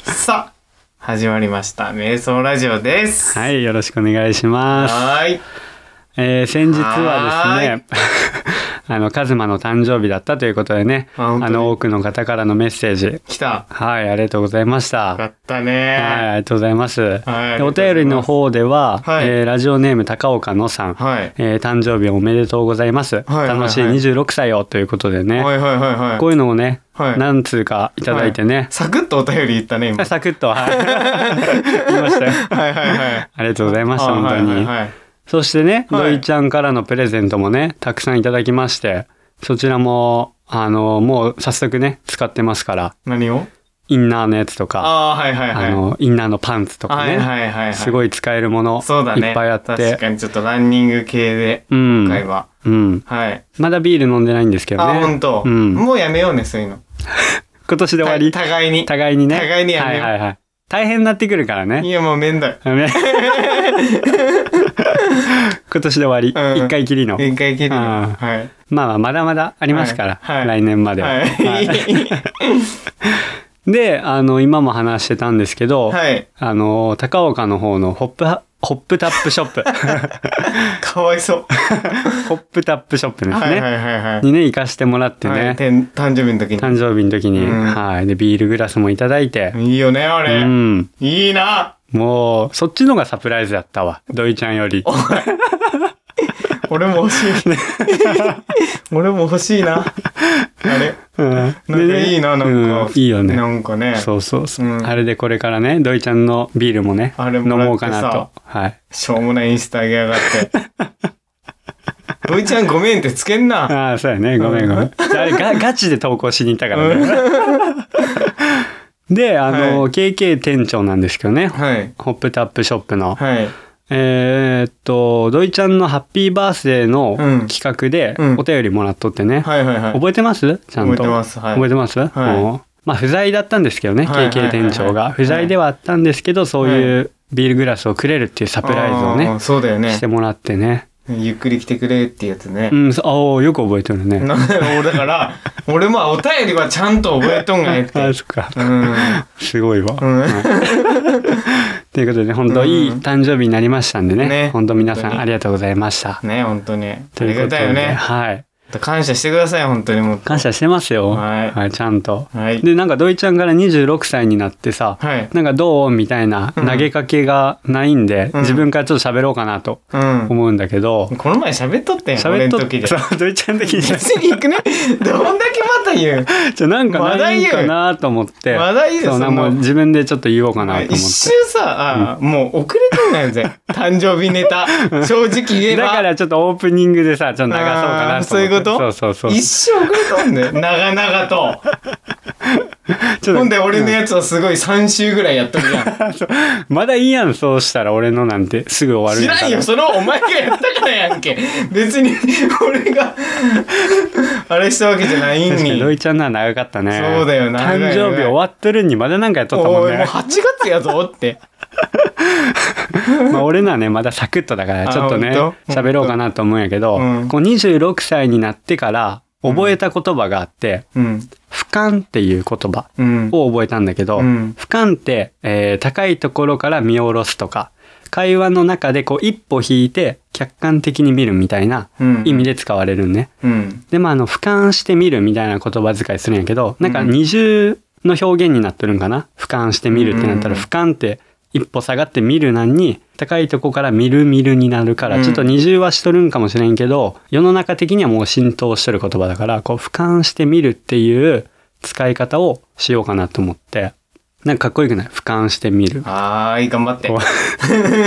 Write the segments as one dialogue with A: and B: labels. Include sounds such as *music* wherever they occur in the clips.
A: さあ始まりました瞑想ラジオです
B: はい、よろしくお願いします。
A: はーい
B: えー先日はです
A: はー
B: ね、 *laughs* あの、カズマの誕生日だったということでね、
A: あ本当に
B: あの、多くの方からのメッセージ、
A: 来た
B: はい、ありがとうございまし
A: よか
B: た。
A: った
B: はい、あ
A: ね
B: りがとうございます。
A: はい
B: でお便りの方では、
A: はい
B: えーラジオネーム高岡のさん、
A: はい
B: えー誕生日おめでとうございます。
A: いはいはい
B: 楽しい26歳をということでね、
A: はいはいはいはい
B: こういうのをね、
A: はい
B: 何通かいただいてね、
A: サクッとお便り言ったね今
B: サクッと、
A: *laughs*
B: はい、言いましたよ。
A: はいはいはい
B: ありがとうございました、本当に。
A: はいはいはい
B: そしてね、
A: はい
B: 土井ちゃんからのプレゼントもね、たくさんいただきまして、そちらも、あの、もう早速ね、使ってますから、
A: 何を
B: インナーのやつとか、
A: ああはいはいはい
B: あの、インナーのパンツとか
A: は
B: ね、
A: いはいはいはい
B: すごい使えるもの、
A: そうだね
B: いっぱいあって、
A: 確かにちょっとランニング系で
B: う
A: 今回
B: ん、
A: は、
B: うん。
A: はい、
B: まだビール飲んでないんですけど
A: あ
B: ね。
A: 本当、
B: うん
A: もうやめようねそういうの
B: 今年で終わり、
A: た互いに
B: 互いにね。
A: 互いにやめよう
B: はいはいはい。大変になってくるからね
A: い。やもうめんどい *laughs*
B: 今年で終わり、
A: うん
B: 一回きりの。
A: 限界切るよ
B: あー
A: はい
B: まあまあ、まだまだありますから、
A: はいはい
B: 来年までは。はい
A: は
B: であの今も話してたんですけど、
A: い。 *laughs* はい。
B: あの高岡の方のホップはホップタップショップ
A: *laughs* かわいそう。
B: ホップタップショップですね、
A: はいはいはいはい。
B: にね行かしてもらって
A: はい
B: ね、
A: てん誕生日の時
B: 誕生日の時に、
A: うん
B: はいでビールグラスもいただいて、
A: に。いいよね、あ
B: う
A: れ。
B: ん、
A: いいな。
B: もうそっちのがサプライズだったわ土井ちゃんより
A: 俺も欲しい。
B: *laughs*
A: 俺も欲しいな。あれ。
B: うん
A: なんかいいな、なん
B: うん
A: か。
B: いいよね
A: なんかね。
B: そうそうそう、
A: うん
B: あれでこれからね土井ちゃんのビールもね
A: あれ
B: 飲
A: もらってさ
B: もうかなとはい
A: しょうもないインスタ上げやがっ
B: *laughs*
A: て。土井ちゃんごめんってつけんな。
B: ああそうやねごめんごめん、あれがガチで投稿しに行ったからね、
A: *laughs*
B: で、あの、
A: は
B: KK 店長なんですけどね。
A: はい。
B: ホップタップショップの。
A: はい。
B: えーっと、土井ちゃんのハッピーバースデーの
A: うん
B: 企画で
A: うん
B: お便りもらっとってね。
A: はいはいはい。
B: 覚えてますちゃんと。
A: 覚えてますはい
B: 覚えてます
A: はい
B: もうまあ、不在だったんですけどね、
A: はいはいはいはい
B: KK 店長
A: はい
B: が。不在ではあったんですけど、そういうビールグラスをくれるっていうサプライズを
A: あー
B: ね、
A: そうだよね
B: して。もらってね。
A: ゆっくり来てくれってやつね
B: う。ん、そうああ、よく覚えてるね。
A: な俺 *laughs* だから、俺もお便りはちゃんと覚えとんがえって。
B: *laughs* あそっか。
A: うん。
B: すごいわ。
A: うん
B: ということ *laughs* で、本当いい誕生日になりましたんでね。
A: ね
B: 本当皆さ
A: 本当
B: ん
A: に
B: ありがとうございました。
A: ね本当に。あ
B: とい
A: り
B: うこ
A: がた
B: と
A: い
B: で、
A: よね。
B: はい。
A: 感謝してください、本当にもう。
B: 感謝してますよ。
A: はい
B: ちゃんと。
A: はい。
B: で、なんか土井ちゃんから26歳になってさ、
A: はい。
B: なんかどうみたいな
A: うん
B: 投げかけがないんで、
A: うん
B: 自分からちょっと喋ろうかなと
A: うん。
B: 思うんだけど、
A: この前喋っとったやん、
B: 喋
A: 俺
B: っ
A: の
B: と
A: 時で。
B: そう土井ちゃん的
A: *laughs*
B: に
A: 別に行くね。どんだけまた言う。
B: じゃなんか
A: 話
B: な
A: 題
B: いん
A: 言う
B: かなと思って、
A: 話題言う
B: そうなんかも
A: そ
B: うん
A: な
B: 自分でちょっと言おうかなと思って
A: 一。瞬さ、あもう遅れてんのよ、
B: *laughs*
A: ぜ。誕生日ネタ。正直言え
B: だ
A: ば。
B: からちょっとオープニングでさ、ちょっと流そうか
A: あー
B: なと思って。
A: そういうこと
B: そうそうそう。
A: 一瞬遅れとんね長々と。
B: ちょっと
A: ほんで、俺のやつはすごい3週ぐらいやっとるやん。
B: まだいいやん、そうしたら俺のなんてすぐ終わる
A: 知
B: や
A: らんよ、
B: か
A: そのお前がやったからやんけ。別に、俺が、あれしたわけじゃない
B: ら
A: ん
B: 確かに、
A: に。
B: ドイちゃんのは長かったね。
A: そうだよな
B: 誕生日終わってるにまだなんかやっとったも
A: おい、
B: ん
A: もう
B: ね。
A: 8月やぞって。
B: まあ俺のはね、まだサクッとだから、ちょっとね
A: あほん、と
B: 喋ろうかなと思うんやけど、
A: うん
B: こう26歳になってから覚えた言葉があって、
A: うん。
B: 俯瞰っていう言葉
A: うん。
B: を覚えたんだけど、
A: うん
B: 俯瞰って、えー高いところから見下ろすとか、会話の中でこう一歩引いて客観的に見るみたいな
A: うん
B: 意味で使われるね。
A: うん。
B: で、まあ、あの、俯瞰してみるみたいな言葉遣いするんやけど、なんか
A: うん
B: 二重の表現になってるんかな俯瞰してみるってなったら、
A: うん
B: 俯瞰って一歩下がって見るなんに、高いとこから見る見るになるか
A: う
B: ら、
A: ん
B: ちょっと二重はしとるんかもしれんけど、世の中的にはもう浸透してる言葉だから、こう、俯瞰してみるっていう使い方をしようかなと思って、なんかかっこよくない俯瞰してみる。
A: はーい、頑張って。
B: こ
A: は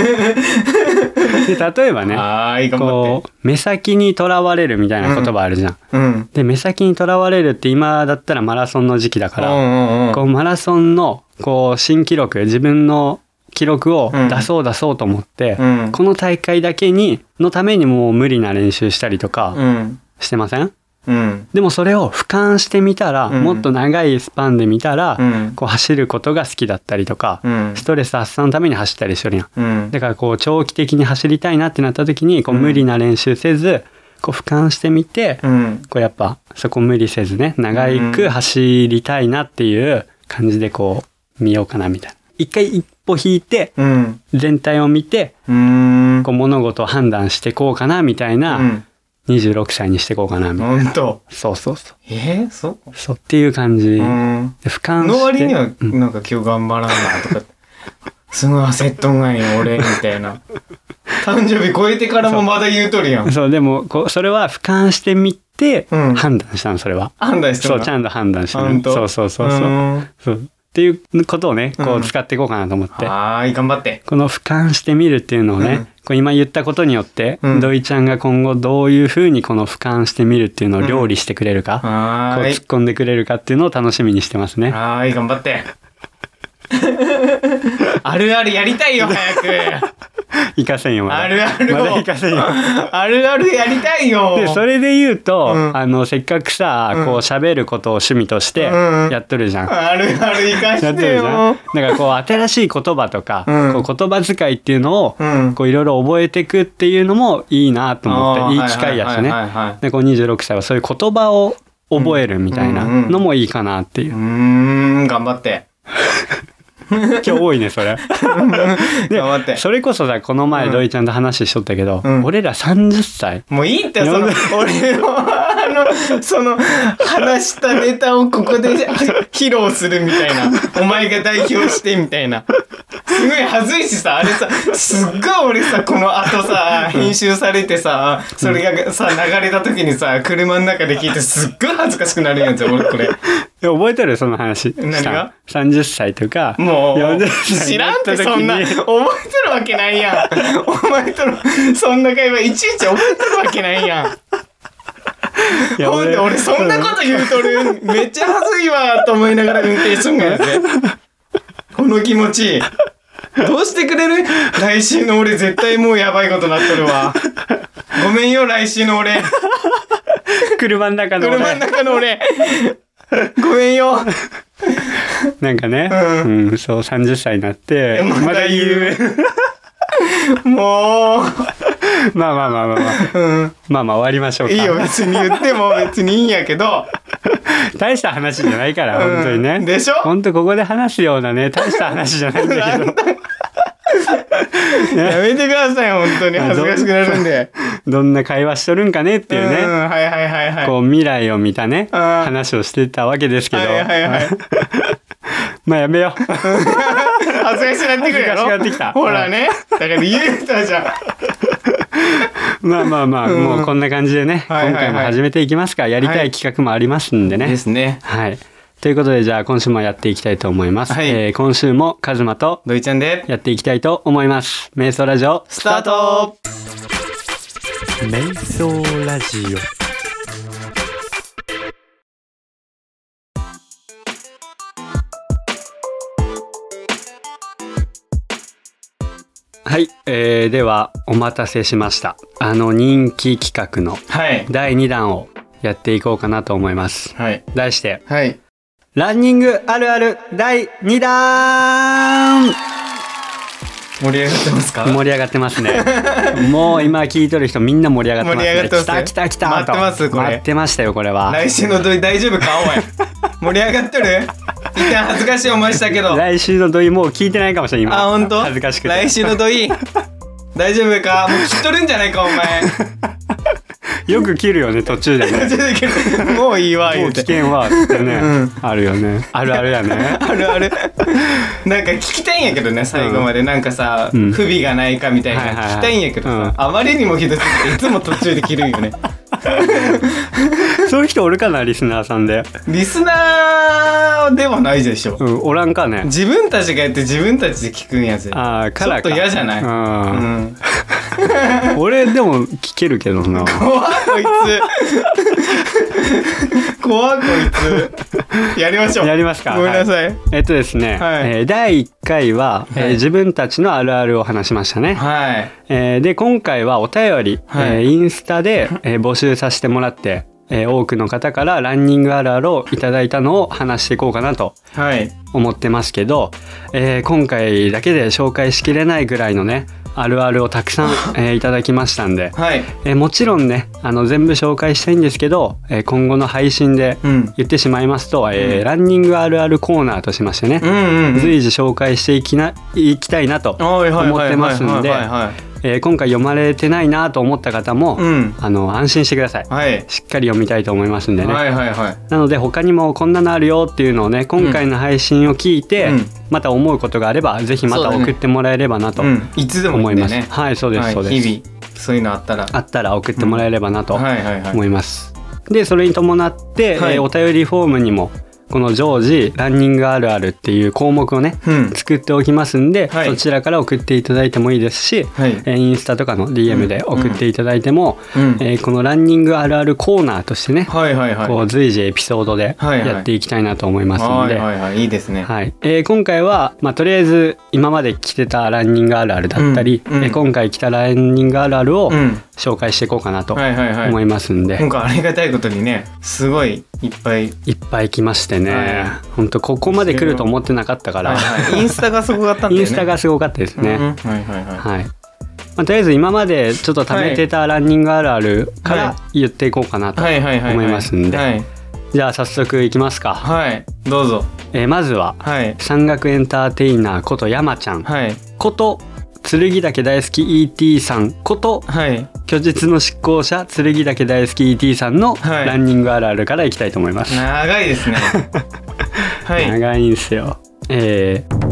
B: で、例えばね、
A: ーい、頑張っ
B: こう、目先にとらわれるみたいな言葉あるじゃん
A: て。うん。
B: で目先にとらわれるって今だったらマラソンの時期だか
A: う
B: ら、
A: んうんうん。
B: こうマラソンのこう新記録自分の記録を
A: うん
B: 出そう出そうと思って、
A: うん
B: この大会だけにのためにもう無理な練習したりと
A: う
B: か
A: ん。
B: してません、
A: うん。
B: でもそれを俯瞰してみたら、
A: うん
B: もっと長いスパンで見たら、
A: うん。
B: こう走ることが好きだったりとか、
A: うん
B: ストレス発散のために走ったりしてるやん。
A: うん。
B: だからこう長期的に走りたいなってなった時にこう無理な練習せず、こう俯瞰してみて、
A: うん。
B: こうやっぱそこ無理せずね長く走りたいなっていう感じでこう見ようかなみたいな。一回一歩引いて、
A: うん。
B: 全体を見て、
A: うーん。
B: こう物事を判断してこうかなみたいな、
A: うん。
B: 26歳にしてこうかなみたいな。
A: ほんと。
B: そうそうそう。
A: えー、そう
B: そうっていう感じ。
A: う
B: で
A: ん。
B: 俯瞰して。
A: の割には、
B: うん
A: なんか今日頑張らんなとか、すごい焦っとんがいよ、俺、みたいな。誕生日超えてからもまだ言うとるやん。
B: そう、でも、こう、それは俯瞰してみて、
A: うん
B: 判断したの、それは。
A: 判断しと
B: そ
A: ん
B: う、
A: が
B: ちゃんと判断した
A: ほん
B: の。
A: と
B: そうそうそう
A: う
B: そう。
A: ーん
B: そうっていうことをね、こ
A: うん
B: う、使っていこうかなと思って。
A: はーい、頑張って。
B: この俯瞰してみるっていうのをね、
A: うん
B: こう今言ったことによって、
A: うん
B: 土井ちゃんが今後どういうふうにこの俯瞰してみるっていうのを料理してくれるか、
A: は
B: こう
A: ー
B: 突っ
A: い。
B: 込んでくれるかっていうのを楽しみにしてますね。
A: はーい、頑張って。 *laughs* あるあるやりたいよ、早く。
B: *laughs* いかせんよ、まだ。
A: あるあるを
B: まだいかせんよ。
A: あるあるやりたいよ。
B: で、それで言うと、
A: うん
B: あの、せっかくさ、
A: うん
B: こう喋ることを趣味として
A: うんうん
B: やっとるじゃん。
A: あるある生か
B: やっ
A: してて
B: るじゃん。だ
A: よ。
B: からこう、新しい言葉とか、
A: うん
B: こう言葉遣いっていうのを、
A: うん。
B: こういろいろ覚えていくっていうのもいいなと思
A: あ
B: っ
A: ー
B: て、いい機会やしね。
A: はいはいはいはい
B: で、こう26歳はそういう言葉を覚えるみたいな
A: うんうんうん
B: のもいいかなってい
A: *laughs*
B: うう。
A: ーん、頑張って。
B: 今日多いね、そ
A: *laughs*
B: れ。で
A: 頑張って。
B: それこそさ、この前、
A: うん
B: 土井ちゃんと話しとったけど、
A: うん
B: 俺ら30歳。
A: もういいって、その、
B: なん
A: 俺の、あの、その、話したネタをここで披露するみたいな。お前が代表してみたいな。すごい恥ずいしさ、あれさ、すっごい俺さ、この後さ、編集されてさ、それがさ、流れた時にさ、車の中で聞いてすっごい恥ずかしくなるやつよ、俺これ。
B: え覚えてるその話。
A: 何が
B: した ?30 歳とか、
A: もう
B: 40、歳
A: 知
B: にな
A: らんっ
B: った
A: て
B: 時
A: そんな、
B: に
A: 覚え、てるわけないやん。お前との、そんな会話いちいち覚えてるわけないやん。
B: いや
A: ほんで俺そんなこと言うとるめっちゃ恥ずいわと思いながら運転しとんがやでこの気持ちどうしてくれる来週の俺絶対もうやばいことなっとるわごめんよ来週の俺
B: *laughs* 車の中の俺
A: 車の中の俺ごめんよ
B: なんかね、
A: う
B: うん、そう、30歳になって、
A: まだ
B: まだ言う。
A: も
B: まあまあまあまあま
A: う、
B: あ、
A: うん、
B: まあまあ終わりましょうか。
A: いいよ別に言っても別にいいんやけど
B: 大した話じゃないから、
A: うん
B: 本当にね。
A: でしょ
B: 本当ここで話すような
A: *laughs*
B: ね、大した話じゃないんだけど、
A: やめてください本当に恥ずかしくなるんで
B: どんな会話しとるんかねっていうね、
A: うんはいはいはいはい
B: こう未来を見たね、
A: うん
B: 話をしてたわけですけど、
A: はいはいはい
B: *laughs* まあやめよう。
A: *laughs* 恥ずかしくなってくるやろ
B: 恥ずかしくなってきた
A: ほらねだから言うたじゃん
B: まあまあまあ、もう *laughs* こんな感じでね、
A: はいはいはい
B: 今回も始めていきますから、やりたい企画もありますんでね。
A: ですね。
B: はい。ということで、じゃあ今週もやっていきたいと思います。
A: はい
B: えー今週もカズマと
A: ドイちゃんで、
B: やっていきたいと思います。瞑想ラジオ、
A: スタート
B: 瞑想ラジオ。はい、えー、ではお待たせしました。あの人気企画の
A: はい。
B: 第2弾をやっていこうかなと思います。
A: はい。
B: 題して、
A: はい。
B: ランニングあるある第2弾
A: 盛り上がってますか
B: 盛り上がっ
A: *laughs*
B: てますね。もう今聞いとる人みんな盛り上がってますね。
A: 盛り上がってます
B: 来た来た来た
A: 待ってます
B: と
A: これ
B: 待ってましたよこれは。
A: 来週のドイ大丈夫かおい。 *laughs* 盛り上がってる一旦恥ずかしい思いしたけど。あ、
B: 来週の土井もう聞いてないかもしれない今。
A: ほんと
B: 恥ずかしくて。
A: 来週のドイ。大丈夫かもう切っとるんじゃないかお *laughs* 前。
B: よく切るよね途中でね。
A: もういいわ、
B: も
A: *laughs* 言
B: う
A: う
B: 危
A: て。
B: 険はってね、
A: うん
B: あるよね。あるあるやね。
A: あるある。なんか聞きたいんやけどね、最後まで。なんかさ、
B: うん
A: 不備がないかみたい
B: はい
A: な
B: はいはい
A: 聞きたいんやけど
B: うん
A: さ、あまりにもひどすぎて、いつも途中で切るんよね。
B: *laughs*
A: *laughs*
B: そういう人おるかなリスナーさんで。
A: リスナーではないでしょ。
B: うんおらんかね。
A: 自分たちがやって自分たちで聞くんやつや
B: ああ
A: ち
B: カ
A: ょ
B: ラ
A: っ
B: ーか。
A: と嫌じゃない、う
B: うん
A: ん、
B: 俺でも聞けるけど
A: 怖
B: な。
A: っこいつ *laughs* 怖っこいつやりましょう
B: やりますか
A: ごめんなさい、
B: えっとですね、
A: はい
B: えー第1回は、えー
A: はい
B: 自分たちのあるあるを話しましたね。
A: はい
B: えーで今回はお便り、
A: はい
B: えーインスタ
A: *laughs*
B: で、えー募集させてもらって、えー多くの方からランニングあるあるをいただいたのを話していこうかなと
A: はい
B: 思ってますけど、えー今回だけで紹介しきれないぐらいのねあるあるをたく
A: *laughs*
B: さん、えーいただきましたんで、
A: はい。
B: えーもちろんねあの全部紹介したいんですけど、えー今後の配信で
A: うん。
B: 言ってしまいますと、えー
A: うん
B: ランニングあるあるコーナーとしましてね
A: う、んうんうん。
B: 随時紹介していきないきたいなと、
A: はいはいはいはいはいはいはい。
B: 思ってますんでえー今回読まれてないなと思った方も、
A: うん。
B: あの安心してください
A: はい。
B: しっかり読みたいと思いますんでね、
A: はいはいはい。
B: なので他にもこんなのあるよっていうのをね今回の配信を聞いて、
A: うん
B: また思うことがあればぜひま
A: そ
B: た
A: うだね
B: 送ってもらえればなと
A: うん。いつでも
B: 思
A: い
B: い
A: いん
B: ま、
A: ですね。
B: はいそうです、そう
A: は
B: です
A: 日々そういうのあったら。
B: あったら送ってもらえればなと
A: はいはいはい。
B: 思います、でそれに伴って、
A: はい
B: えーお便りフォームにもこの常時ランニングあるあるっていう項目をね
A: うん。
B: 作っておきますんで、
A: はい
B: そちらから送っていただいてもいいですし、
A: はい。
B: えーインスタとかの DM で送っていただいても、
A: うん。
B: えーこのランニングあるあるコーナーとしてね、
A: はいはいはい。
B: こう随時エピソードで
A: はいはい
B: やっていきたいなと思いますの
A: はい
B: で、
A: はいはい。いいですね。
B: はいえー今回は、まあ、とりあえず今まで来てたランニングあるあるだったり、
A: うんうん
B: えー今回来たランニングあるあるを
A: うん。
B: 紹介していこうかなと
A: はいはいはい。
B: 思いますんで、
A: 今回ありがたいことにね、すごいいっぱい。
B: いっぱい来ましてね、
A: は
B: ほんとここまで来ると思ってなかったから、
A: はいはいインスタがすごかったんだよね。
B: *laughs* インスタがすごかったですね。
A: うんうんはいはいは
B: はいまあ、とりあえず今までちょっと貯めてたランニングあるあるから
A: は
B: 言っていこうかなと、
A: い。はいはいはい。
B: 思いますんで
A: はい。
B: じゃあ早速いきますか、
A: はい。どうぞ。
B: えーまずは
A: はい。
B: 山岳エンターテイナーこと山ちゃん
A: はい。
B: こと剣岳大好き ET さんこと
A: はい。
B: 虚実の執行者剣岳大好き ET さんの
A: はい
B: ランニングあるあるからいきたいと思います、
A: 長い
B: *laughs*
A: ですね。はい。
B: 長いんすよえー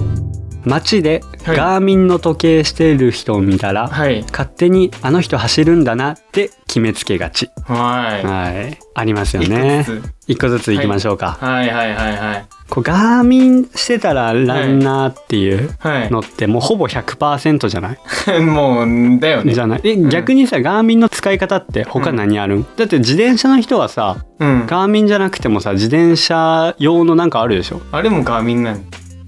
B: 街で
A: はい
B: ガーミンの時計してる人を見たら、
A: はい。
B: 勝手にあの人走るんだなって決めつけがち
A: は
B: はい、あります
A: い。
B: よ
A: 一
B: ね
A: 個。ずつ
B: 一個ずつ行きましょうか。
A: はいはいはいはい。
B: こうガーミンしてたらランナーっていうの
A: は
B: ってもうほぼ100%じゃない、
A: い。 *laughs* もう、だよね
B: じ。ゃない。え、逆にさ、ガーミンの使い方って他何ある、ん、だって自転車の人はさ、
A: うん。
B: ガーミンじゃなくてもさ、自転車用のなんかあるでしょ
A: あれもガーミンなの。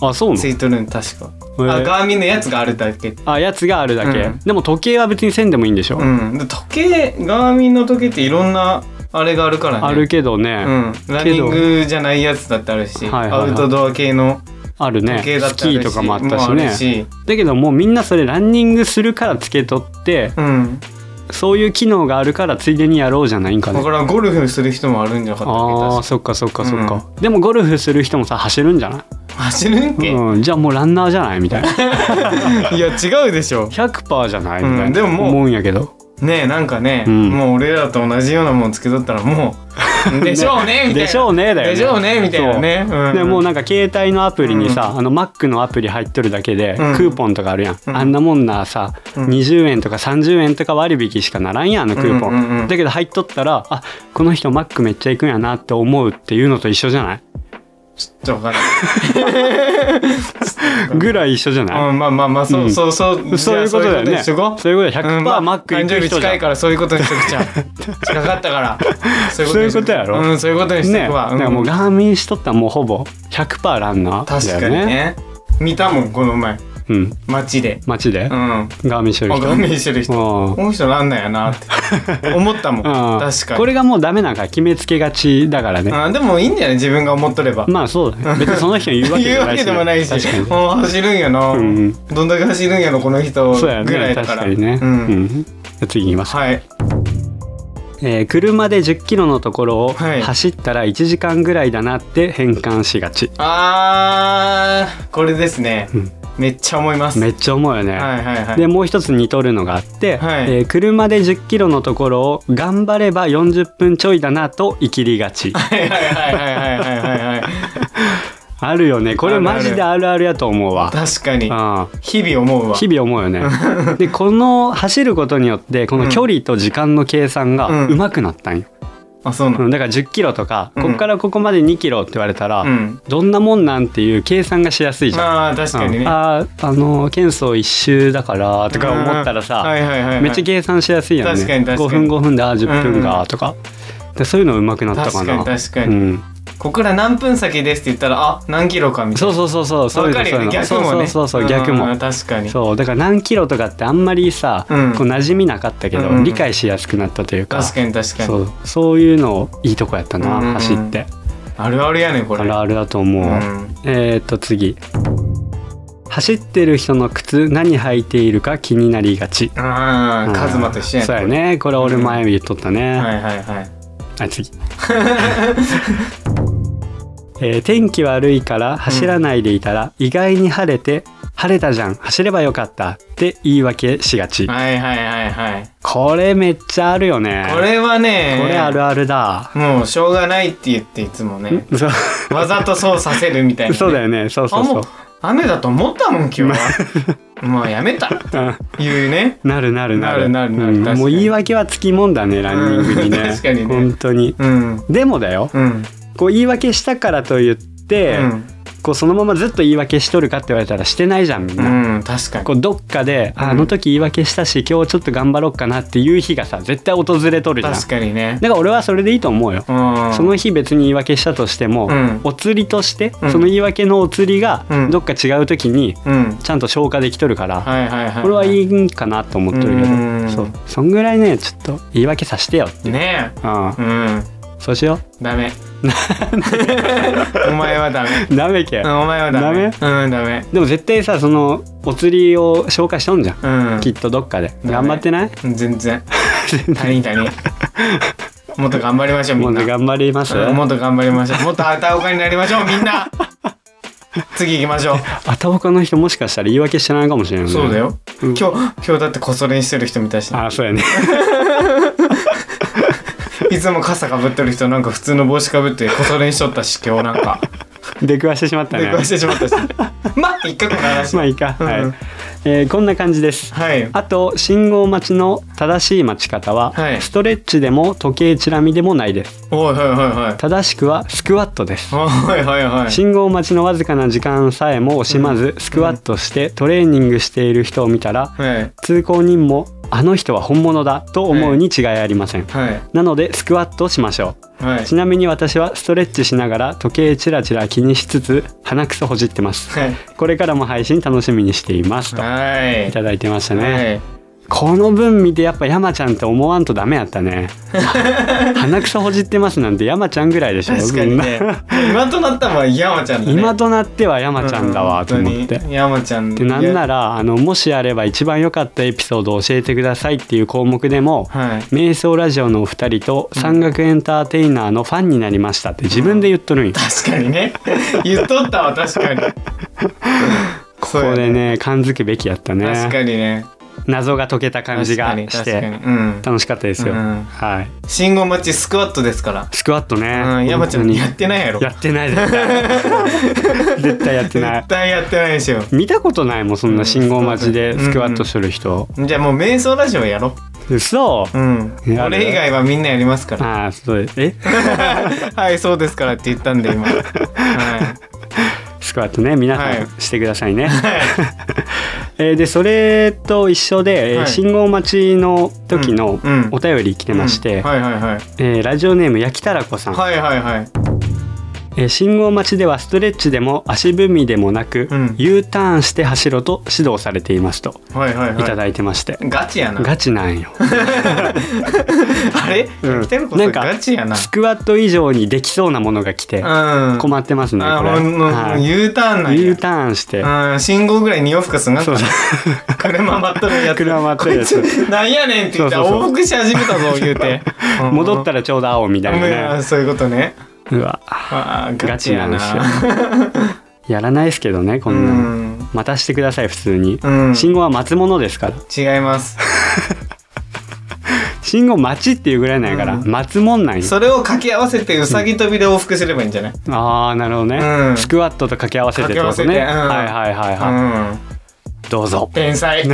B: あ、そうな
A: つ
B: の
A: いとるん、確か。
B: えー
A: あ、ガーミンのやつがあるだけ。
B: あ、やつがあるだけ、
A: うん
B: でも時計は別に線でもいいんでしょ、
A: うん。で時計、ガーミンの時計っていろんな、あれがあるからね。
B: あるけどね、
A: うん、ランニングじゃないやつだってあるし、
B: はいはいはい
A: アウトドア系の
B: あるね
A: 時計だっ
B: ス
A: てあ
B: キ
A: るし
B: ーとかもあったし
A: もうあ
B: ね
A: るし、
B: だけどもうみんなそれランニングするからつけとって
A: うん、
B: そういう機能があるからついでにやろうじゃないんかね
A: だからゴルフする人もあるんじゃなかった
B: あー
A: っけ
B: そっかそっかそっか、でもゴルフする人もさ走るんじゃな
A: 確か走るんけ、
B: い、うん、じゃあもうランナーじゃないみたいな
A: *laughs* いや違うでしょ
B: 100%じゃないみたいな、
A: うんでももう
B: 思うんやけど
A: ねえなんかね、
B: うん
A: もう俺らと同じようなもんつけとったらも
B: *laughs*
A: うでしょうねみたいな
B: でしょうねだよね
A: でしょうねみたいなねう、ん、
B: でもうなんか携帯のアプリにさ、あの Mac のアプリ入っとるだけで、
A: うん
B: クーポンとかあるやん、
A: うん
B: あんなもんなさ、
A: うん
B: 20円とか30円とか割引しかならんやんあのクーポン、
A: うんうんうん
B: だけど入っとったらあこの人 Mac めっちゃ行くんやなって思うっていうのと一緒じゃない
A: ちょっとわかんない
B: ぐらい一緒じゃない、
A: うん、まあまあまあそう、
B: うん
A: そうそう
B: そういうことだよ
A: じゃ
B: ね
A: あそういうことにしとこう
B: そういうことだよ100%
A: うんまあ
B: Mac
A: 誕
B: 行く
A: 生日
B: 人じゃ
A: 近い
B: ん
A: からそういうことにしとくじゃん
B: *laughs*
A: 近かったからそにし
B: そういうこと
A: く
B: やろ
A: うんそういうことにし
B: ね
A: とくわ、
B: だ
A: ん
B: からもうガーミンしとったらもうほぼ100%ランナー
A: 確
B: だよ
A: かにね見たもんこの前
B: うん
A: 街で
B: 街で
A: うん、あ
B: ガーミンしてる人
A: 画面してる人
B: うん
A: この人なんなんやなって思ったもん
B: *laughs* うん
A: 確かに
B: これがもうダメなんか決めつけがちだからね
A: あでもいいんじゃない自分が思っとれば、
B: まあそうだね別にその人に言うわけじ
A: 言う
B: ゃな
A: わ
B: い
A: け
B: し
A: でもないし
B: 確かに
A: もう走るんやな、
B: うん
A: どんだけ走るんやろこの人
B: そ
A: ぐ
B: うや
A: ら
B: ね
A: いだ
B: 確
A: から
B: かにね、
A: う
B: うんんじゃあ次いきます、
A: はい
B: えー車で1 0キロのところを
A: はい
B: 走ったら1時間ぐらいだなって変換しがち、
A: あーこれですね、
B: うん
A: めっちゃ思います
B: めっちゃ思うよ
A: は
B: ね、
A: いはいはい
B: でもう一つ似とるのがあっ
A: はい
B: て、えー車で1 0キロのところを頑張れば40分ちょいだなと生きりがち
A: はいはいはいはいはいはいはいはい
B: あるよねこれ
A: あるある
B: マジであるあるやと思うわ
A: 確かに
B: ああ
A: 日々思うわ
B: 日々思うよね
A: *laughs*
B: でこの走ることによってこの距離と時間の計算が
A: うん
B: うまくなったんよ、
A: あそうな
B: う
A: の
B: ん、だから1 0キロとか
A: うん
B: こっからここまで2キロって言われたら、
A: うん
B: どんなもんなんっていう計算がしやすいじゃん、
A: まあ確かにね
B: うんあーあの県層一周だからとか思ったらさ、
A: はいはいはいはい
B: めっちゃ計算しやすいやんね
A: 確かに確かに
B: 5分5分であ10分
A: う
B: が
A: ん
B: とか、でそういうのうまくなったか
A: 確か
B: な
A: に確かに、
B: うん、
A: ここから何分先ですって言ったらあ何キロかみたい
B: そう
A: な
B: そうそうそうそう
A: わ
B: いう
A: かる
B: のそ
A: よ
B: ういう
A: ね
B: の
A: 逆
B: そう
A: も
B: そう
A: ね
B: そうそう逆も
A: うん確かに
B: そうだから何キロとかってあんまりさ、
A: うん
B: こう馴染みなかったけど、
A: うん
B: 理解しやすくなったというか
A: 確かに確か
B: そ
A: に
B: うそういうのいいとこやったな、
A: うんうんうん
B: 走って
A: あるあるやねこ
B: あ
A: れ
B: るあるだと思う、
A: うん
B: えー、っと次走ってる人の靴何履いているか気になりがち
A: ああ、
B: うん
A: カズマと一緒や
B: そうやねこれ俺前言っとったね、
A: はいはいはい。
B: あ次 *laughs* えー天気悪いから走らないでいたら、意外に晴れて晴れたじゃん走ればよかったって言い訳しがち
A: はいはいはいはい。
B: これめっちゃあるよね
A: これはね、
B: これあるあるだ、
A: もうしょうがないって言っていつもね、
B: そ
A: *laughs*
B: う
A: わざとそうさせるみたいな、
B: そうだ
A: よ。
B: よねそうそ
A: あ、
B: う
A: も
B: そう
A: う雨だと思ったもん今日
B: *laughs*
A: は。もうやめた。いうね。
B: なるなるなる
A: なるなるなる
B: う
A: 確
B: ん
A: かに
B: もう言い訳はつきもんだねランニングにね,、
A: うん *laughs* 確かにね
B: 本当に
A: うん。
B: でもだよ
A: うん。
B: こう言い訳したからといって、こうそのままずっと言い訳しとるかって言われたらしてないじゃんみん
A: う
B: な、
A: ん。うん、確かに。
B: こうどっかで、あ
A: うん
B: あの時言い訳したし今日ちょっと頑張ろうかなっていう日がさ絶対訪れとるじゃんだ
A: 確
B: か
A: かにね。
B: ら俺はそれでいいと思うよ、
A: うん。
B: その日別に言い訳したとしても、
A: うん
B: お釣りとして、
A: うん
B: その言い訳のお釣りが
A: うん
B: どっか違う時に
A: うん。
B: ちゃんと消化できとるから、
A: はいはいはい。
B: これはいいんかなと思っとるけど、
A: うん
B: そうそんぐらいねちょっと言い訳させてよって、
A: い。ね
B: うん
A: え。うん。
B: そうしよ
A: ダ
B: *laughs*
A: メ。お前はダメ。
B: うダメけ、
A: うんお前はダメ。うん、ダメ。
B: でも絶対さそのお釣りを消化しとんじゃん、
A: うん。
B: きっとどっかで
A: メ
B: 頑張ってない
A: 全
B: *laughs*
A: 然他人他人もっと頑張りましょうみ
B: もうん
A: な
B: ね頑張ります
A: うんもっと頑張りましょ
B: *laughs*
A: うもっとあたおかになりましょうみんな次行きましょう
B: あたおかの人もしかしたら言い訳してないかもしれないね
A: そうだよ今日今日だってこそ練してる人見たし
B: あそうや
A: *laughs*
B: ね
A: いつも傘かぶってる人なんか普通の帽子かぶってこそ練しとったし今日なん
B: *laughs*
A: か
B: 出くわしてしまった
A: 出
B: ね
A: くわしてしまったしまあ一回この話
B: まあいいか、
A: うん
B: はい、えーこんな感じです
A: はい
B: あと信号待ちの正しい待ち方は、
A: はい
B: ストレッチでも時計チラ見でもないです
A: おいはいはいはい
B: 正しくはスクワットです
A: はいはいはい
B: 信号待ちのわずかな時間さえも惜しまず、スクワットしてトレーニングしている人を見たら、
A: はい
B: 通行人もあの人は本物だと思うに違いありません、
A: はい
B: なのでスクワットをしましょ
A: は
B: う
A: い
B: ちなみに私はストレッチしながら時計チラチラ気にしつつ鼻くそほじってます
A: はい
B: これからも配信楽しみにしていますと
A: はい
B: いただいてましたね、
A: はい
B: この文見てやっぱ山ちゃんって思わんとダメやっ
A: *laughs*
B: たね鼻くそほじってますなんて山ちゃんぐらいでしょ
A: 確かにね今となったもんは山ちゃんだね
B: 今となっては山ちゃんだわと思って、
A: うん本当に山ちゃん
B: でなんならあのもしあれば一番良かったエピソードを教えてくださいっていう項目でも、
A: はい
B: 瞑想ラジオのお二人と山岳エンターテイナーのファンになりましたって自分で言っとるんよ、
A: 確かにね言っとったわ確かに
B: これね感づくべきやった
A: そうやね確
B: ね
A: かにね
B: 謎が解けた感じがし
A: 確かに確
B: て
A: かにうん
B: 楽しかったですよ、
A: うん
B: はい
A: 信号待ちスクワットですから
B: スクワットね、
A: うん山ちゃ
B: 本
A: ん
B: 当に
A: やってないやろ
B: やってない絶
A: *laughs*
B: 対絶対やってない
A: 絶対やってないでしょ
B: 見たことないもんそんな信号待ちで
A: うん
B: スクワットする人、
A: じゃあもう瞑想ラジオやろ
B: 嘘
A: ううん
B: やる
A: 俺以外はみんなやります
B: *laughs*
A: から
B: ああそうえ
A: はいそうですからって言ったんで今は
B: スクワットね皆さ
A: はい
B: んしてくださいね、
A: いはい
B: *laughs* えーでそれと一緒で、えー
A: はい
B: 信号待ちの時の
A: うんうん
B: お便り来てまして、
A: うんはいはいはい
B: えーラジオネーム焼きたらこさん、
A: はいはいはい
B: えー信号待ちではストレッチでも足踏みでもなく、
A: うん
B: U ターンして走ろうと指導されていますと
A: はいはい
B: いた
A: は
B: だいてまして、
A: いガチやな
B: ガチなんよ
A: あれ、
B: うん
A: 来てるこ
B: なん
A: と
B: か
A: ガチやな。
B: スクワット以上にできそうなものが来て
A: うん。
B: 困ってますね
A: あ
B: これ、
A: ほんの
B: はい
A: U ターンなんや。
B: U ターンして
A: うん、信号ぐらいに洋服すんがんか
B: そう
A: な
B: そう
A: 車待っとるやつ。
B: 車待っとるやつ
A: こいつなんやねんって言ったら
B: そうそう
A: 往
B: そう
A: 復し始めたぞ、言うて。うん
B: *laughs* 戻ったらちょうど青みたいな
A: う
B: ね
A: んそういうことね。
B: うわ
A: あーガ
B: ガ
A: チ
B: チ
A: や
B: なん
A: な。
B: ですよやらないですけどねこ
A: うん
B: なの
A: ん。
B: 待たしてください普通に、
A: うん。
B: 信号は待つものですから
A: 違います。
B: 信号待ちっていうぐらいなんやから、
A: うん
B: 待つもんなんよ
A: それを掛け合わせてうさぎ跳びで往復すればいいんじゃない
B: ああなるほどね、
A: うん
B: スクワットと掛け合わせてってことね、
A: 掛け合わせてうん
B: はいはいはいはい、
A: うん。
B: どうぞ
A: 天才。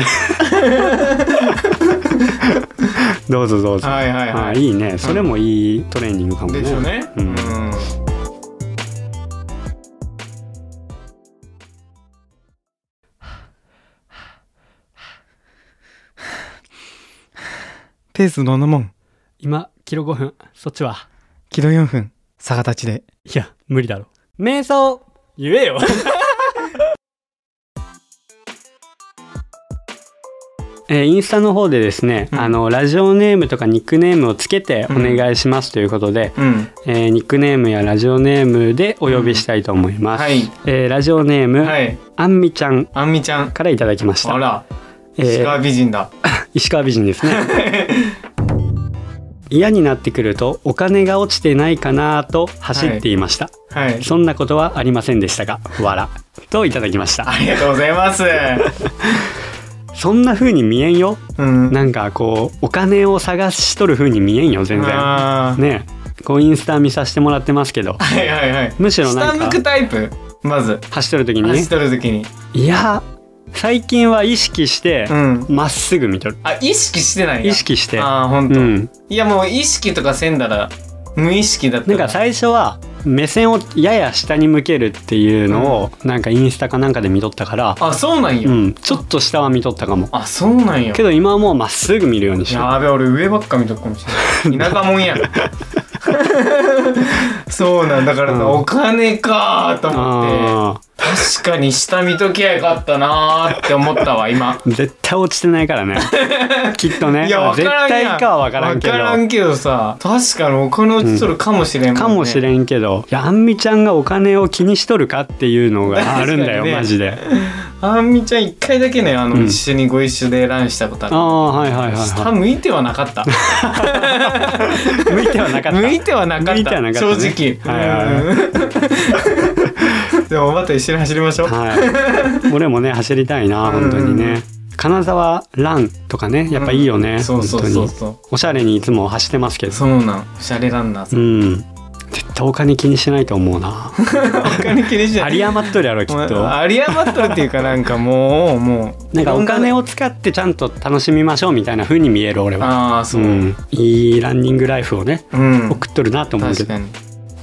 B: どうぞどうぞ、
A: はいはい
B: あ
A: は
B: ー
A: い。
B: いいねそれもいいトレーニングかもね
A: でしょうね。
B: う
A: うんん。ペースどんなもん
B: 今キロ5分そっちは
A: キロ4分逆立ちで
B: いや無理だろ瞑想言えよ *laughs* えーインスタの方でですね、
A: うん
B: あのラジオネームとかニックネームをつけてお願いしますということで、
A: うん。
B: えーニックネームやラジオネームでお呼びしたいと思います、
A: はい。
B: えーラジオネーム、
A: はい。
B: あんみちゃん
A: あんみちゃん。
B: からいただきま
A: あ
B: した、
A: ら、
B: え
A: 石
B: ー
A: 川美人だ。
B: 石川美人ですね
A: *laughs*
B: 嫌になってくるとお金が落ちてないかなと走っていました、
A: はい。
B: そんなことはありませんでしたが笑といただきました
A: ありがとうございます。
B: そんな風に見えんよ
A: うん。
B: なんかこうお金を探しとる風に見えんよ全然
A: あー
B: ねえこうインスタ見させてもらってますけど
A: はいはいはい。
B: むしろな
A: 下
B: ん
A: 向
B: か
A: くタイプまず
B: 走ってる時にね
A: 走ってる時に。
B: いや最近は意識して
A: うん。
B: まっすぐ見とる
A: あ意識してないんや
B: 意識して
A: ああほん
B: う
A: と。
B: ん
A: いやもう意識とかせんだら無意識だった
B: なんか最初は目線をやや下に向けるっていうのをなんかインスタかなんかで見とったから、
A: あそうなん
B: う
A: や。
B: ん、ちょっと下は見とったかも
A: あそうなんや。
B: けど今はもうまっすぐ見るようにしてる
A: やべ俺上ばっか見とくかもし
B: *laughs*
A: れない田舎もんやんそうなんだから、
B: うん
A: お金かーと思って
B: あ
A: 確かに下見ときゃよかったなーって思ったわ
B: *laughs*
A: 今
B: ー絶対落ちてな
A: *laughs*
B: いからねきっとね
A: いや分
B: 絶
A: からんやん
B: 対かは分からんけど
A: 分からんけどさ確かにお金落ちとるかもしれんもんね、
B: かもしれんけどいやあんみちゃんがお金を気にしとるかっていうのがあるんだ
A: *laughs* 確か
B: よ、
A: にね
B: マジで
A: あんみちゃん一回だけねあの、
B: うん
A: 一緒にご一緒でランしたことある
B: ああはいはいはい、
A: 下
B: は
A: 向いてはなかった
B: い、向いてはなかった
A: 向いてはなかった
B: 向いてはなかったね
A: 正直、
B: はいはい
A: うんでもまた一緒に走りましょう、
B: はい、俺もね走りたいな本当に
A: う
B: ね
A: ん
B: 金沢ランとかねやっぱいいよね、
A: そうそうそう
B: 本当に
A: そ
B: おしゃれにいつも走ってますけ
A: う
B: ど
A: そうなんおしゃれランナーさ
B: うんん絶対お金気にしないと思うな
A: お金気にし
B: あ
A: ない
B: り余っとるやろきっ
A: もう *laughs*
B: と
A: あり余っとるっていうかなんかもうもう
B: なんかお金
A: を
B: を使ってちゃんと楽しみましょうみたいな風に見える俺は、
A: ああそうううん、
B: ん、いいランニングライフをね送っとるなと思うけ
A: 確
B: ど、
A: かに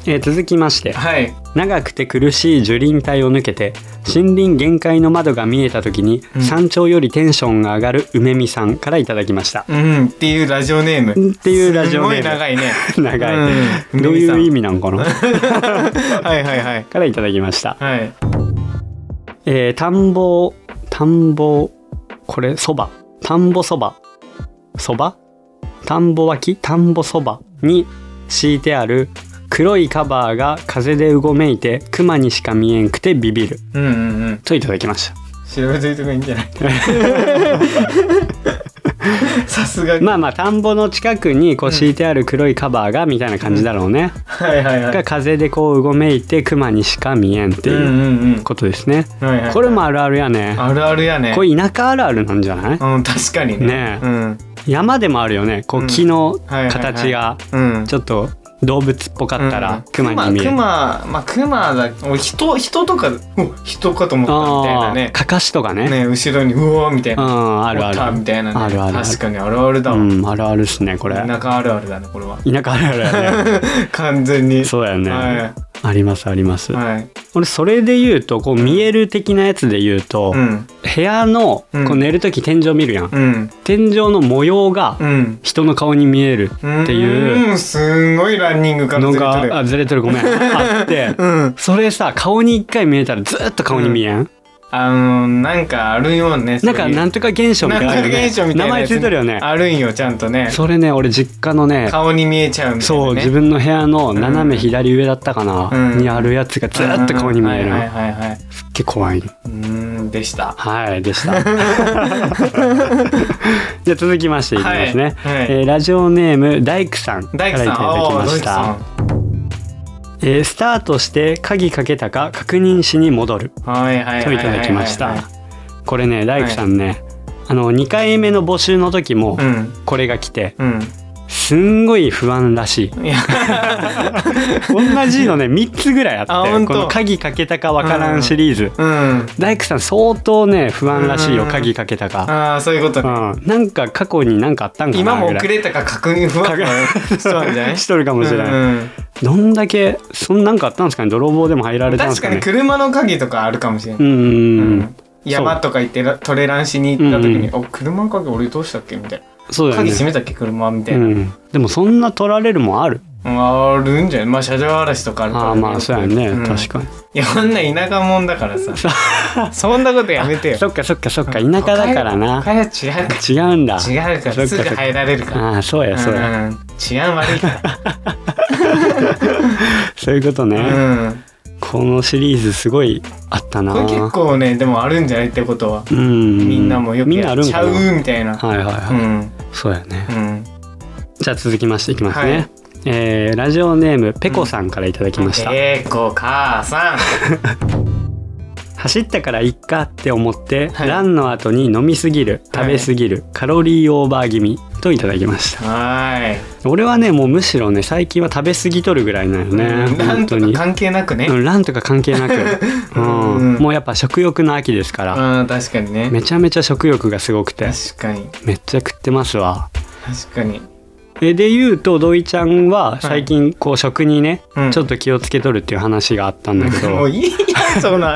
B: えー続きまして
A: はい
B: 長くて苦しい樹林帯を抜けて森林限界の窓が見えた時に、
A: うん
B: 山頂よりテンションが上がる梅見さんからいただきました
A: うんっていうラジオネーム
B: っていうラジオネー
A: す
B: ム
A: ごい長いね *laughs*
B: 長い、
A: うん
B: どういう意味なん
A: *laughs*
B: かな
A: はいはいはい
B: からいただきました
A: はい
B: えー、田んぼ田んぼこれそば田んぼそばそば田んぼ脇田んぼそばに敷いてある黒いカバーが風でうごめいて熊にしか見えんくてビビる
A: うんうんうん
B: といただきました
A: 調べといた方がいいんじゃない
B: *laughs*
A: さすがに
B: まあまあ田んぼの近くにこう敷いてある黒いカバーがみたいな感じだろうね、
A: はいはいはい
B: が風でこううごめいて熊にしか見えんって
A: うん
B: いう
A: うんうん
B: ことですね、
A: はいはいはい
B: これもあるあるやね
A: あるあるやね
B: これ田舎あるあるなんじゃない
A: うん確かにね
B: ねえ
A: うん
B: 山でもあるよねこ
A: う
B: うん木の
A: はいはいはい
B: 形が
A: うん
B: ちょっと動物っぽかったら熊に見え
A: ク
B: る、
A: マまあクマだお人人とかお人かと思ったみたい
B: あ
A: な
B: あ
A: ね
B: かかしとかね
A: ね後ろにうおーみたい
B: うん
A: な
B: あるあ
A: おった
B: る
A: みたいなね
B: あるあるある
A: 確かにあるあるだ
B: う
A: わ
B: んあるあるっすねこれ
A: 田舎あるあるだねこれは *laughs*
B: 田舎あるあるやね
A: 完全に
B: そうやね、
A: は
B: ありますあります、
A: いはい
B: 俺それで言うとこう見える的なやつで言うと、
A: うん
B: 部屋の
A: うん
B: こう寝る時天井見るやん、
A: うん
B: 天井の模様が
A: うん
B: 人の顔に見えるっていう
A: うんすんごいランニングから
B: の
A: ずれてる
B: があずれてるごめ
A: *laughs*
B: んあって
A: うん
B: それさ顔に一回見えたらずっと顔に見えん、
A: あのなんかあるよね
B: なんかなんんとか現象みたいな,、
A: なんとか現象みたいな
B: 名前
A: やつ
B: ついてるよね
A: あるんよちゃんとね
B: それね俺実家のね
A: 顔に見えちゃうみたいなね
B: そう自分の部屋の斜め左上だったかな、
A: うん
B: にあるやつがずっと顔に見える、
A: うんはいはいはいはい
B: すっげえ怖いう
A: ーんでした
B: はいでした
A: *laughs*
B: *laughs* じゃあ続きましていきますね、
A: はいはい
B: えーラジオネーム大工さんから
A: 大
B: い
A: 工さん
B: ただきまし
A: あ
B: た
A: ー、
B: えースタートして鍵かけたか確認しに戻る
A: 大工さんはいはいはいは
B: と
A: いいは
B: ただきまし
A: はい
B: たこれね大工さんね、あの2回目の募集の時も
A: うん
B: これが来て
A: うん
B: すんごい不安らしい
A: いや *laughs*
B: 同じのね3つぐらいあって
A: あ本当
B: この「鍵かけたかわからん」シリーズ、
A: うん
B: 大工さん相当ね不安らしいよ、
A: うん
B: 鍵かけたか、
A: ああそういうこと
B: う
A: ね
B: ん、なんか過去になんかあったんかな
A: 今も
B: ぐら
A: 遅
B: い
A: れたか確認不安な人なんじゃない
B: しとるかもしれない、
A: うん
B: どんだけそんなんかあったんですかね泥棒でも入られたん
A: 確
B: ですか
A: か
B: ね
A: に車の鍵とかあるかもしれな
B: う
A: い
B: んう
A: う
B: んうん、
A: ん山とか行ってらトレランしに行った時に「お車の鍵俺どうしたっけ?」みたいな
B: そ
A: 「
B: うだよ
A: 鍵
B: ね
A: 閉めたっけ車」みた
B: う
A: いな。
B: ん、でもそんな取られるもんある
A: あるんじゃないまあ車上荒らしとかあるから、
B: ああまあそうやね、
A: ん
B: 確かに
A: いやあんな田舎もんだからさそんなことやめてよ
B: *laughs* そっかそっかそっか田舎だからな
A: 他は違うか
B: 違うんだ
A: ら違うからすぐ入られるから
B: ああそうやそうや、
A: うん治安悪いか
B: そういうことね、
A: ら、うん、
B: このシリーズすごいあったな
A: これ結構ねでもあるんじゃないってことは、
B: うん
A: みんなもよく
B: みんなあ
A: や
B: る
A: っ
B: ん
A: ち
B: か
A: ゃ
B: な
A: うみたいな、
B: はいはいはい、
A: うん
B: そうやね
A: うん
B: じゃあ続きましていきますね、
A: はい
B: えーラジオネームペコさんからいただきました、
A: えーこ母さん
B: 走ったからいっかって思って、
A: はい
B: ランの後に飲みすぎる食べすぎる、カロリーオーバー気味といただきました
A: は
B: 俺はねもうむしろね最近は食べ過ぎとるぐらいなの
A: ーい、
B: ね、
A: うんなん
B: 本
A: と
B: 当
A: か
B: に
A: 関係なくね、
B: うんランとか関係な
A: *laughs*
B: く、うん
A: うん
B: もうやっぱ食欲の秋ですから、
A: あー確かにね
B: めちゃめちゃ食欲がすごくて
A: 確かに
B: めっちゃ食ってますわ
A: 確かに
B: えで言うと土井ちゃんは最近こう食にね、
A: うん
B: ちょっと気をつけとるっていう話があったんだけど、 *laughs*
A: もういいやその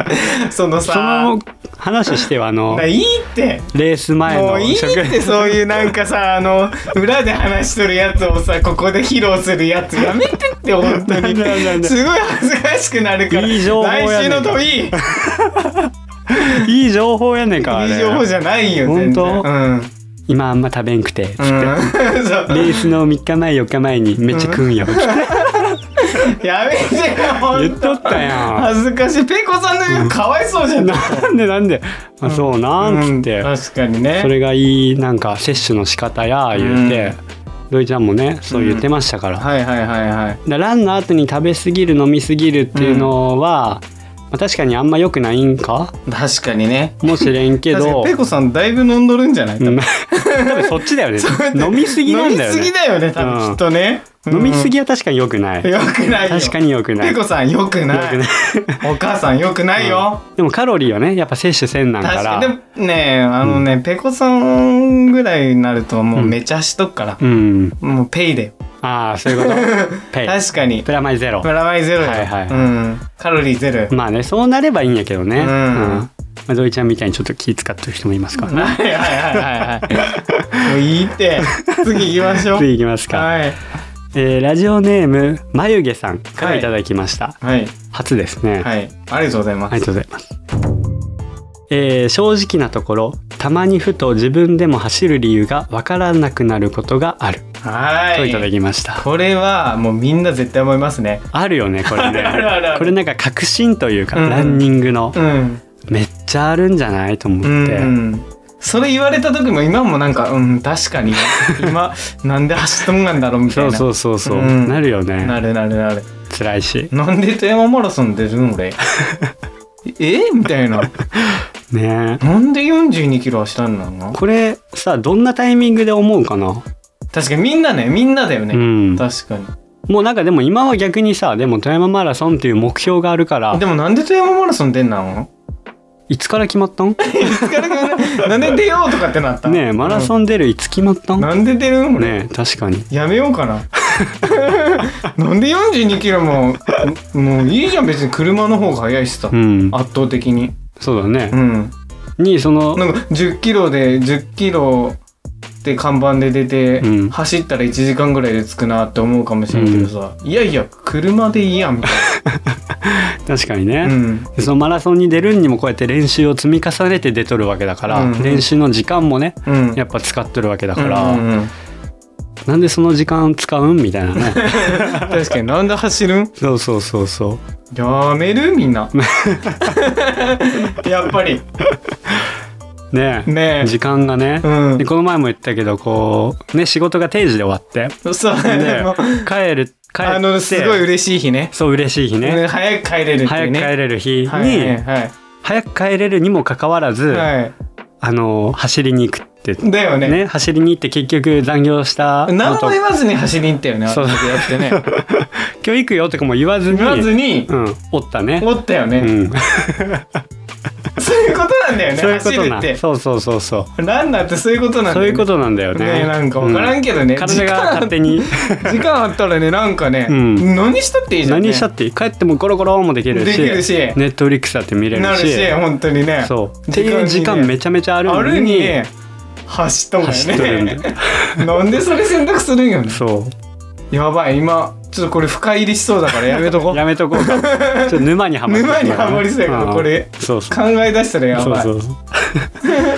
A: その
B: そ
A: さ
B: の話としてはあ *laughs* の
A: ないいって
B: レース前
A: も
B: の
A: ういい
B: 食 *laughs*
A: ってそういうなんかさあの裏で話しとるやつをさここで披露するやつやめてって本当に
B: *laughs* なんだなんだ
A: すごい恥ずかしくなるから
B: いい情報やねん
A: 来週の問いいい
B: いい情報やねんかあれ
A: 情報じゃないよ全然
B: 本当 *laughs*
A: うん、うん、
B: 今あんま食べんくて、
A: そう
B: レースの3日前4日前にめっちゃ食うんよ、
A: やめてよ本
B: 言っとったやん
A: 恥ずかしいペコさんの言うかわいそうじゃん
B: *laughs* なんでなんで、あそうなんつって、
A: 確かにね
B: それがいいなんか摂取の仕方や言うて、土井ちゃんもねそう言ってましたから、
A: はいはいはいはい
B: だランの後に食べ過ぎる飲み過ぎるっていうのは、まあ、確かにあんま良くないんか
A: 確かにね
B: もしれんけ
A: 確か
B: ど
A: に *laughs* ペコさんだいぶ飲んどるんじゃない
B: うん *laughs* 多分そっちだ
A: *laughs*
B: よね飲み過ぎ
A: 飲
B: なん
A: み
B: だよ
A: すぎ
B: ね
A: だよね多分
B: うん
A: きっとね
B: 飲み過
A: ぎ
B: ぎは確かに良くない
A: よくないよ
B: 確かに良くない
A: ペコさんよくな
B: 良
A: い
B: くない
A: お母さんよくないよ
B: でもカロリーはねやっぱ摂取せんなんか
A: 確
B: ら
A: かにでもねあのねペコさんぐらいになるともうめちゃしとくから
B: うん
A: もうペイで
B: ああそういうこと
A: *laughs*
B: ペイ
A: 確かに
B: プラマイゼロ
A: プラマイゼロよ
B: はいはい
A: うんカロリーゼロよ
B: まあねそうなればいいんやけどね
A: うん
B: まあ、土井ちゃんみたいにちょっと気使ってる人もいますからね
A: はいはいはいは
B: *laughs*
A: い。もういいって。次行きましょう。
B: 次いきますか、
A: はい。
B: えーラジオネーム眉毛さんからいただきました、
A: はい。
B: 初ですね、
A: はい。ありがとうございま
B: あり
A: す。
B: がとうございます。えー正直なところたまにふと自分でも走る理由がわからなくなることがある
A: は
B: といただ
A: い。
B: きました、
A: これはもうみんな絶対思いますね。
B: あるよねこれね
A: *laughs* あるあるある
B: これなんか確信というか、
A: うん
B: ランニングの、
A: うん。
B: めっちゃあるんじゃないと思って、
A: うん、うん。それ言われた時も今もなんか、うん、確
B: *laughs*
A: かに。今、なんで走っとんがんだろうみたい
B: そ
A: な。
B: うそうそうそう、
A: うん
B: なるよね
A: なるなるなる。
B: 辛いし
A: なんで富山マラソン出るん俺。えみたいな。
B: ね
A: なんで42キロ走らんの
B: これさどんなタイミングで思うかな、
A: 確かにみんなね、みんなだよ
B: う
A: ね。
B: ん
A: 確かに。
B: もうなんかでも今は逆にさでも富山マラソンっていう目標があるから
A: でもなんで富山マラソン出んな
B: *laughs*
A: の
B: いつから決まったん
A: なんで出ようとかってなった
B: ねえマラソン出るいつ決まったん、
A: なんで出るん俺、
B: ねえ確かに
A: やめようか
B: *laughs*
A: ななんで42キロももういいじゃん別に車の方が速いしさ、
B: うん
A: 圧倒的に
B: そうだ
A: う
B: ね、
A: ん
B: にその
A: なんか10キロで10キロって看板で出て、
B: うん
A: 走ったら1時間ぐらいで着くなって思うかもしれんけどさ、いやいや車でいいやんみたい
B: 確かに
A: な、う
B: ね、
A: ん、
B: そのマラソンに出るにもこうやって練習を積み重ねて出とるわけだから、
A: うん
B: 練習の時間もね
A: うん
B: やっぱ使っとるわけだから、
A: うんうんうん
B: なんでその時間使うんみたい
A: *laughs*
B: なね
A: 確かになんで走るん
B: そうそうそうそ
A: やめるみん
B: *laughs*
A: なやっぱり
B: うねえ
A: ねえ
B: 時間がね、
A: うん
B: でこの前も言ったけどこうね仕事が定時で終
A: *laughs*
B: わって
A: そう
B: で
A: でも
B: 帰る帰って
A: あのすごい嬉しい日ね
B: そう嬉しい日
A: ね
B: ね
A: 早く帰れるってい
B: 早
A: う
B: く帰
A: ね
B: れる日に、
A: はいはい
B: 早く帰れるにもかかわらず、
A: はい、は
B: あの走りに行くって
A: い、だよね
B: ね、走りに行って結局残業した
A: 何
B: の
A: も
B: と
A: 言わずに走りに行ったよねあ
B: そう
A: の時やって
B: *laughs*
A: ね
B: 今日行くよとかも言わずに
A: 言わずに
B: うん、おったね。
A: おったよね、
B: うん、
A: そういうことなんだよね
B: そういうこ
A: 走
B: と
A: る
B: な
A: っ
B: ん
A: て
B: そうそうそうそ
A: ランナーってそういうこと
B: う
A: なんだよね
B: そういうことなんだよね
A: ねなんか分からんけどね、
B: うん体が勝
A: *laughs*
B: 手に
A: 時間あったらねなんかね、
B: うん
A: 何したっていいじゃん、ね、
B: 何したっていい帰ってもゴロゴロもできる
A: で
B: し
A: きるし
B: ネットフリックスだって見れ
A: な
B: る
A: る
B: し
A: し本当にね
B: そうっていう時間
A: にね
B: めちゃめちゃある
A: あ
B: の
A: る
B: に
A: にね走っとん
B: 走っと
A: よ
B: るん
A: ね
B: だよ
A: なんでそれ選択するんよね
B: そう
A: やばい今ちょっとこれ深入りしそうだからやめとこう
B: やめとこ
A: *laughs*
B: うかちょっと沼にはまる
A: 沼にはまりそうやから
B: ん
A: これ
B: そうそう
A: 考え出したらやばい
B: そうそう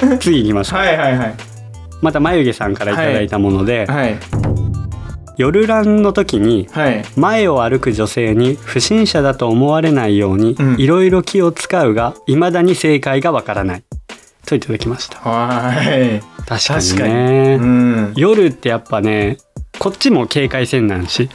B: そ
A: *laughs*
B: う次行きましょう、
A: はいはいはい
B: また眉毛さんからいただいたもので、
A: はい
B: 夜ランの時に
A: はい
B: 前を歩く女性に不審者だと思われないように
A: うん
B: いろいろ気を使うがいまだに正解がわからないといただきました
A: は
B: 確かに
A: 確か
B: ね
A: いうん
B: 夜ってやっぱねこっちも警戒せんな
A: *laughs*
B: んし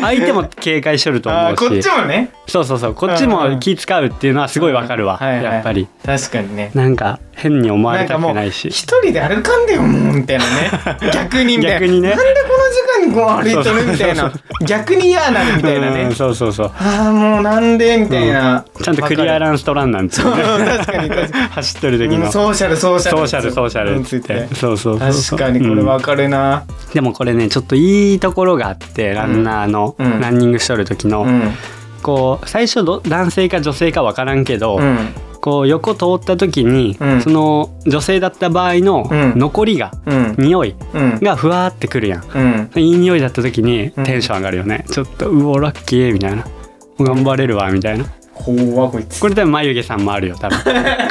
B: 相手も警戒しとると
A: あ
B: 思
A: ー
B: うし
A: こっちもね
B: そうそうそうこっちも気使うっていうのはすごいわかるわ、
A: はいはい
B: やっぱり
A: 確かにね
B: なんか変に思わ
A: なん
B: れた
A: か
B: く
A: もう
B: ない
A: 一
B: し
A: 人で歩かんでよもうみたいな
B: *laughs*
A: ね逆にみたいな
B: 逆にね
A: なんでこの時間にこう歩いとるみたいな逆に嫌なるみたいな
B: う
A: ね
B: んそうそうそう
A: ああもうなんでみたいな
B: ちゃんとクリア
A: な
B: ランストランなんていう
A: そう
B: ね
A: 確かに確か
B: 走ってる時
A: にう
B: の
A: んソーシャルソーシャル
B: ソーシャルソーシャル
A: うん
B: っ
A: つ
B: つっ
A: いて
B: てそうそうそうそ
A: 確
B: う
A: かにこれわかるな
B: うんでもこれねちょっといいところがあってランナーの、
A: うん
B: ランニングしとる時の、
A: うん
B: こう最初ど男性か女性か分からんけど、
A: うん
B: こう横通った時に、
A: うん
B: その女性だった場合の
A: うん
B: 残りが、
A: うん
B: 匂い
A: うん
B: がふわーってくるやん
A: うん
B: いい匂いだった時に
A: うん
B: テンション上がるよね、ちょっとうおラッキーみたいな頑張れるわみたいな
A: ほうわこいつ
B: これ多分眉毛さんもあるよ
A: *laughs*
B: 多分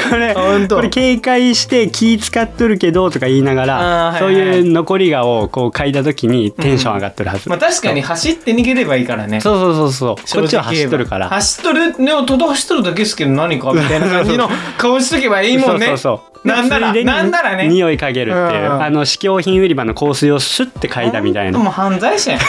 B: これ
A: ほんと
B: これ警戒して気使っとるけどとか言いながら、
A: あー
B: そ
A: は
B: う
A: いはいはい
B: いう残り顔をこう嗅いだ時にテンション上がってるはず、
A: まあ確かに走って逃げればいいからね
B: そうそうそうそうこっち
A: 正直言
B: は走
A: え
B: っ
A: ば
B: とるから
A: 走っとるねとど走っとるだけですけど何かみたいな感じの顔しとけばいいもんね
B: そうそうそう
A: なんなら
B: ついでに
A: なんならね
B: 匂い嗅げるっていう、
A: うん
B: あの試供品売り場の香水をシュッて嗅いだみたい
A: ほんと
B: な
A: もう犯罪
B: *laughs*
A: 者やん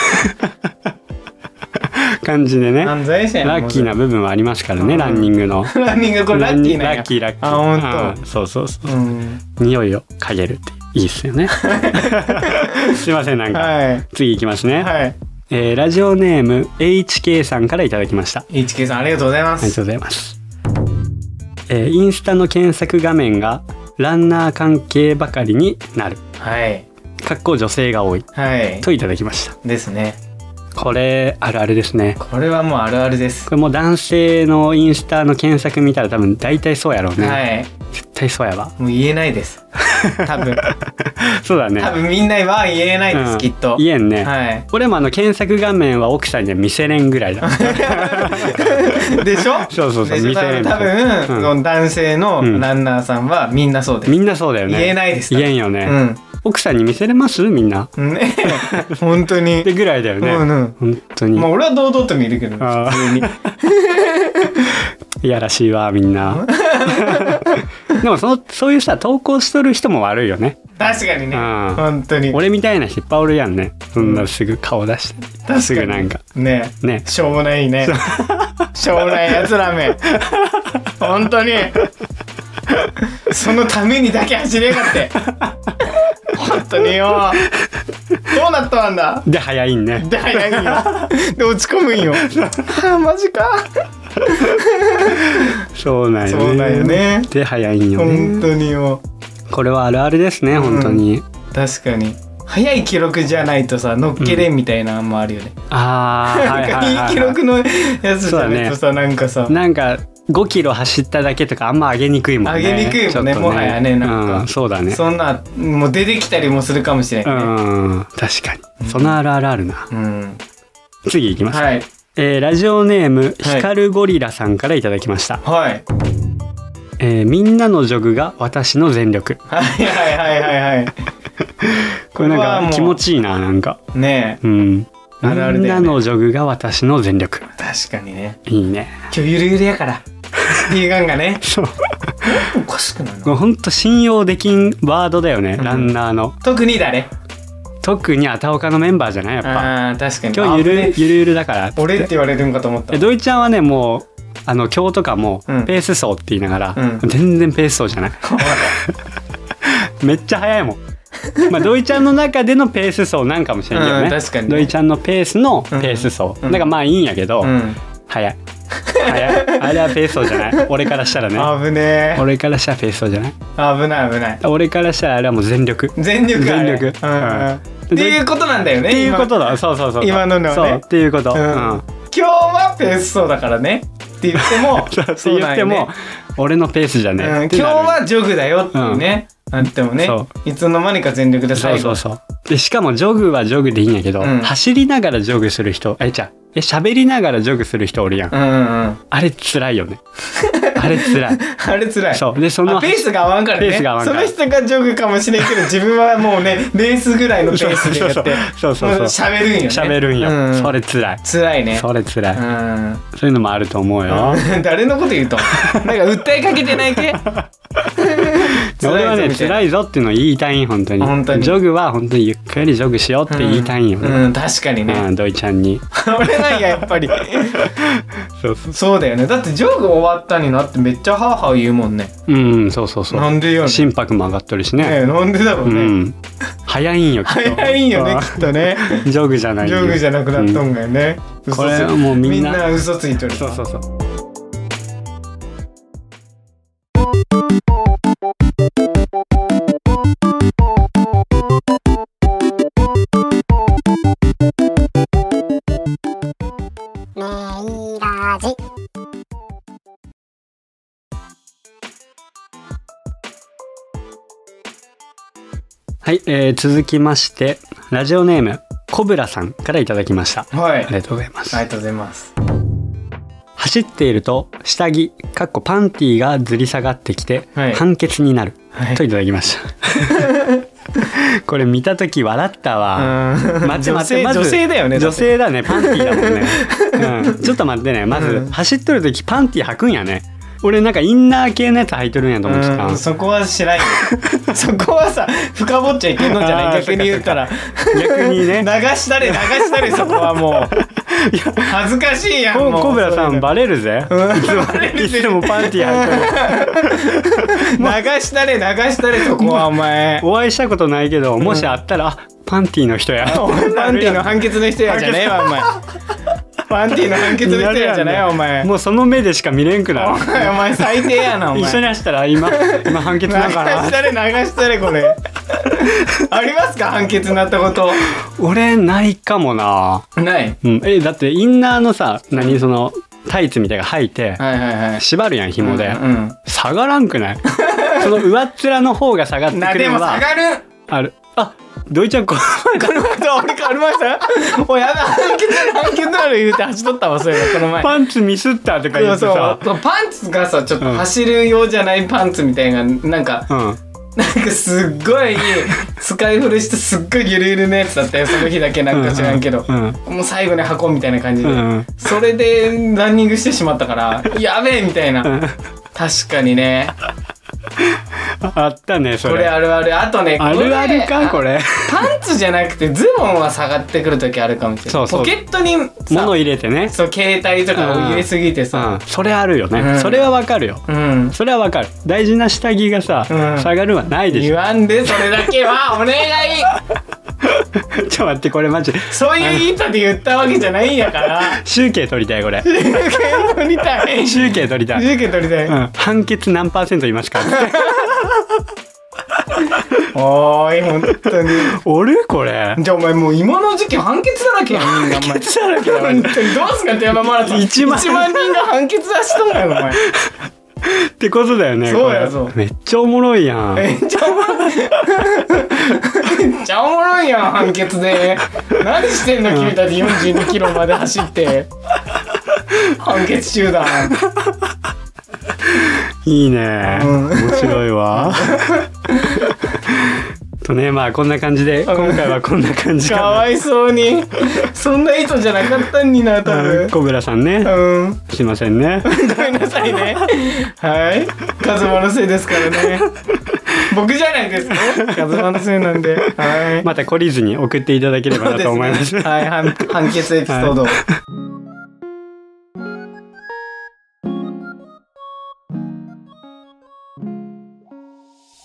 B: 感じでね
A: 犯罪者やん
B: ラッキーな部分はありますからね、ランニングの
A: ランニングこれラッキーなんや
B: ラッキーラッキー
A: あほん
B: うんそうそうそう
A: とうん
B: 匂いを嗅げるっていいっ
A: *laughs*
B: すよねすいませんなんか、
A: は
B: 次いきます
A: い
B: ね、
A: はい
B: えーラジオネーム HK さんからいただきましたあ
A: HK さんありがとうございま
B: りが
A: す
B: とうございます、えーインスタの検索画面がランナー関係ばかりになる
A: はい
B: かっこ女性が多い
A: はい
B: といただきました
A: ですね
B: これあるあるですね
A: これはもうあるあるです
B: これもう男性のインスタの検索見たら多分大体そうやろうね、
A: はい
B: 絶対そうやわ
A: もう言えないです
B: *laughs*
A: 多分
B: そうだね
A: 多分みんなは言えないです、
B: うん
A: きっと
B: 言えんね、
A: はい
B: 俺もあの検索画面は奥さんには見せれんぐらいだ
A: でしょ
B: そうそうそう
A: でしょ
B: 見せれん
A: 多分、男性のランナーさんはみんなそうです、
B: みんなそうだよね
A: 言えないです
B: 言えんよね、奥さんに見せれますみんな
A: うん
B: *laughs*
A: ね本当に
B: ってぐらいだよね、
A: うんうん
B: 本当に、
A: まあ俺は堂々と見るけど
B: あー
A: 普通に *laughs*
B: いやらしいわみんな *laughs* でもそのそういうさ投稿しとる人も悪いよね
A: 確かにね
B: あー
A: 本当に
B: 俺みたいな人いっぱいおるやんねそんなすぐ顔出して、
A: 確に
B: すぐなんか
A: ね
B: ね
A: しょうもないねしょうもないやつらめ本当にそのためにだけ走れやがって本当によどうなったんだ
B: で早いんね
A: で早いんよで落ち込むんよああマジか
B: そうなんよね
A: そうなんよね
B: で早いんよ
A: 本
B: ね
A: 当によ
B: これはあるあるですね本当に、
A: 確かに早い記録じゃないとさ乗っけれんみたいなのもあるよね、
B: ああはい
A: なん
B: は
A: か
B: い
A: い
B: はいい
A: 記
B: はい
A: 録のやつじゃないとさ、なんかさ
B: なんか5キロ走っただけとかあんま上げにくいもんね。
A: 上げにくいもんね
B: ちょっと
A: もはやねなんか
B: うん、そうだね。
A: そんなもう出てきたりもするかもしれ
B: う
A: ないね
B: ん、確かに。そのあるあるあるな。
A: うん、
B: 次いきます。
A: はい
B: えーラジオネーム
A: はい
B: ヒカルゴリラさんからいただきました。
A: はい
B: えーみんなのジョグが私の全力。
A: はいはいはいはいは
B: *laughs* これ
A: これは
B: なん
A: もう
B: か気持ちいいななんか。
A: いねえ
B: うん。
A: あるあるだよね
B: みんなのジョグが私の全力。
A: 確かにね
B: いいね。
A: 今日ゆるゆるやからっていう感がね
B: そう。
A: おかしくない
B: もう
A: の
B: ほんと信用できんワードだよね、
A: ん
B: ランナーの。
A: 特にだね
B: 特にあたおかのメンバーじゃないやっぱ。
A: ああー確かに
B: 今日ゆ
A: あ
B: る
A: ね
B: ゆるゆるだからっつって
A: 俺って言われるんかと思った
B: え土井ちゃんはねもうあの今日とかも
A: うん
B: ペース走って言いながら、
A: うん
B: 全然ペース走
A: *laughs*
B: じゃないめっちゃ速いもんまあ土井ちゃんの中でのペース走なんかもしれんけどね,、
A: うん確かにね
B: 土井ちゃんのペースのペース走、
A: うん
B: だからまあいいんやけど、
A: うん
B: 速い速いあれはペース走じゃない俺からしたらね
A: 危ねえ
B: 俺からしたらペース走じゃない
A: 危ない危ない
B: 俺からしたらあれはもう全力っ
A: 全力あれ
B: 全力
A: うんうんっていうことなんだよね
B: ていうこと
A: 今
B: だそうそうそう
A: 今ののはね
B: そうっていうこと、
A: う
B: うんん
A: 今日はペースそうだからねって言っても
B: *laughs* そうって言っても、
A: そうなんよね
B: 俺のペースじゃねえ
A: うん
B: っ
A: 今
B: て
A: 日
B: なる
A: はジョグだよっていうねあってもね
B: そ
A: いつの間にか全力で
B: そう
A: 最
B: そ
A: 後
B: うそうでしかもジョグはジョグでいいんやけど、
A: うん
B: 走りながらジョグする人えじゃあえ喋りながらジョグする人おるやん、
A: うんうん *laughs* うん
B: あれ辛い
A: *laughs*
B: よねあれ辛い
A: あれ辛い
B: そうでその
A: あペースが合わんからね
B: ペースが合わんから
A: その人がジョグかもしれんけど自分はもうねレースぐらいのペースでやって
B: そうそうそう
A: も
B: そうそう
A: 喋るんよね
B: 喋るんよ、
A: う
B: それ辛い
A: 辛いね
B: それ辛い、
A: うん
B: そういうのもあると思うよ、
A: *laughs* 誰のこと言うとんなんか訴えかけてないけ
B: *laughs* 俺はね
A: みたいな
B: 辛いぞっていうのを言いたいん本当に
A: 本当に
B: ジョグは本当にゆっくりジョグしようって言いたいんよ、
A: うん、うん確かにね、
B: うん、土井ちゃんに
A: *laughs* 俺なんややっぱり
B: そうそう
A: そうだよねだってジョグ終わったになってめっちゃハーハー言うもんね
B: うんそうそうそう
A: なんでよね
B: 心拍も上がっとるしね
A: ねえなんでだろう
B: う
A: ね、
B: ん早いんよきっと
A: 早いんよねきっと
B: *laughs*
A: ね
B: ジョグじゃない
A: ジ
B: よ
A: ョグじゃなくなっとんがよね、
B: ん
A: 嘘つ
B: これはもうみんな
A: 嘘ついとる
B: そうそうそう
C: メイラジ
B: はい、えー続きましてラジオネームコブラさんからいただきました
A: はい
B: ありがとうございます、
A: ありがとうございます
B: 走っていると下着かっこパンティーがずり下がってきて、
A: はい
B: 判決になる
A: はい
B: といただきました
A: *laughs*
B: これ見た時笑ったわ、
A: うん
B: *laughs* 待って
A: 女
B: 待っ
A: 性
B: てまず
A: 女性だよね
B: 女性だねパンティーだもんね、
A: *laughs*
B: うん、ちょっと待ってねまず、
A: うん
B: 走っとる時パンティー履くんやね俺なんかインナー系のやつ履いとるんやと思ってた、
A: うんそこは知
B: *laughs*
A: らんよそこはさ深掘っちゃいけんのじゃ
B: あ
A: な
B: ー
A: い逆に言ったら
B: 逆にね
A: 流したれ流したれそこはもう恥ずかしいやん
B: コ
A: もう
B: コブラさ
A: そうい
B: ん
A: うの
B: バレるぜ、いつもいつもパンティー履いてる
A: 流したれ流したれそこはお前
B: お会いしたことないけどもしあったら、あパンティーの
A: *laughs*
B: 人や
A: パンティの判決の人やじゃねえわお前パンティの判決の人やじゃねえわお前
B: もうその目でしか見れんく
A: お
B: なる
A: 前お前最低やなお前
B: 一緒に走ったら
A: *laughs*
B: 今今判決
A: 流
B: だか
A: し
B: ら
A: たれ流したれこれありますか判決になったこと
B: 俺ないかもな、
A: ない
B: うん、えだってインナーのさ何そのタイツみたいなの履いて
A: はいはいはい
B: 縛るやん紐で、
A: うんうん
B: 下がらんくない *laughs* その上っ面の方が下がって
A: な
B: く
A: で
B: れ
A: も下が
B: ば
A: る
B: あるあ土井ちゃんこ
A: この前と俺変わりましたおやだ判決ある判決ある言うて走っとったわそういえばこの前
B: パンツミスったとか言って
A: そう
B: さ
A: そうパンツがさちょっ
B: う
A: と
B: ん
A: 走る用じゃないパンツみたいななんか
B: うん
A: なんかすっごい使い古してすっごいゆるゆるのやつだ
B: *laughs*
A: ったよその日だけなんか知らんけど
B: うんうん
A: もう最後に箱みたいな感じ
B: う
A: で
B: んうん
A: それでランニングしてしまったからやべえみたいな確かにね
B: あったねそ
A: これ
B: れ
A: あるあるあとね
B: あるあるかこれ
A: パンツじゃなくてズボンは下がってくる時あるかもしれない
B: そうそう
A: ポケットにさ
B: 物入れてね
A: そう携帯とかを入れすぎて
B: う
A: さ
B: ん、それあるよね、
A: うん
B: それはわかるよ
A: うん
B: それはわかる大事な下着がさ、
A: うん
B: 下がるはないでし
A: 言
B: ょ
A: わんでそれだけはお願い
B: *laughs* ちょっと待ってこれマジ
A: そういう意図で言ったわけじゃないんや
B: *laughs*
A: から
B: 集計取りたいこ
A: *laughs*
B: れ
A: 集計取りたい集
B: 集計取りたい、
A: 計取りたい、
B: うん、判決何パーセントいますか *laughs*
A: おーい本当に
B: おるこれ
A: じゃあお前もう今の時期判決だらけやんみ *laughs* んなお前
B: *laughs* 決だらけだマジ
A: 本当にどうすんか富山マラソン
B: 一万
A: 一万人が判決出しとんがよお前
B: ってことだよね
A: そうや
B: これ
A: そう
B: めっちゃおもろいやん
A: めっちゃおもろいめっちゃおもろいやん判決で何してんの君たち42キロまで走って判決集団
B: いいね、
A: うん
B: 面白
A: *laughs*
B: いわとねまあこんな感じで今回はこんな感じ
A: か
B: か
A: わいそうにそんな意図じゃなかったんにな多
B: なう
A: 分
B: ん小倉さんね
A: うん
B: すいませんね
A: ごめんなさいね *laughs* はいカズマのせいですから
B: *laughs*
A: ね僕じゃないですねカズマのせいなんではい
B: また懲りずに送っていただければなと思います
A: そうですねはい、判判決エピソード。